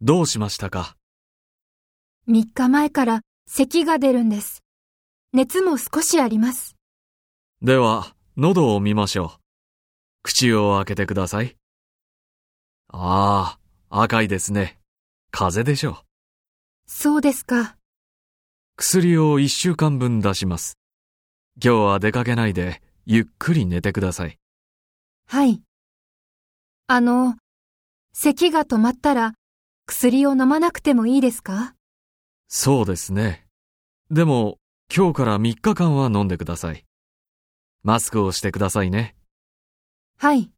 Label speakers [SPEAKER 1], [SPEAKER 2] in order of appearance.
[SPEAKER 1] どうしましたか
[SPEAKER 2] 3日前から咳が出るんです。熱も少しあります。
[SPEAKER 1] では、喉を見ましょう。口を開けてください。ああ、赤いですね。風邪でしょう。
[SPEAKER 2] そうですか。
[SPEAKER 1] 薬を一週間分出します。今日は出かけないで、ゆっくり寝てください。
[SPEAKER 2] はい。あの、咳が止まったら薬を飲まなくてもいいですか
[SPEAKER 1] そうですね。でも、今日から3日間は飲んでください。マスクをしてくださいね。
[SPEAKER 2] はい。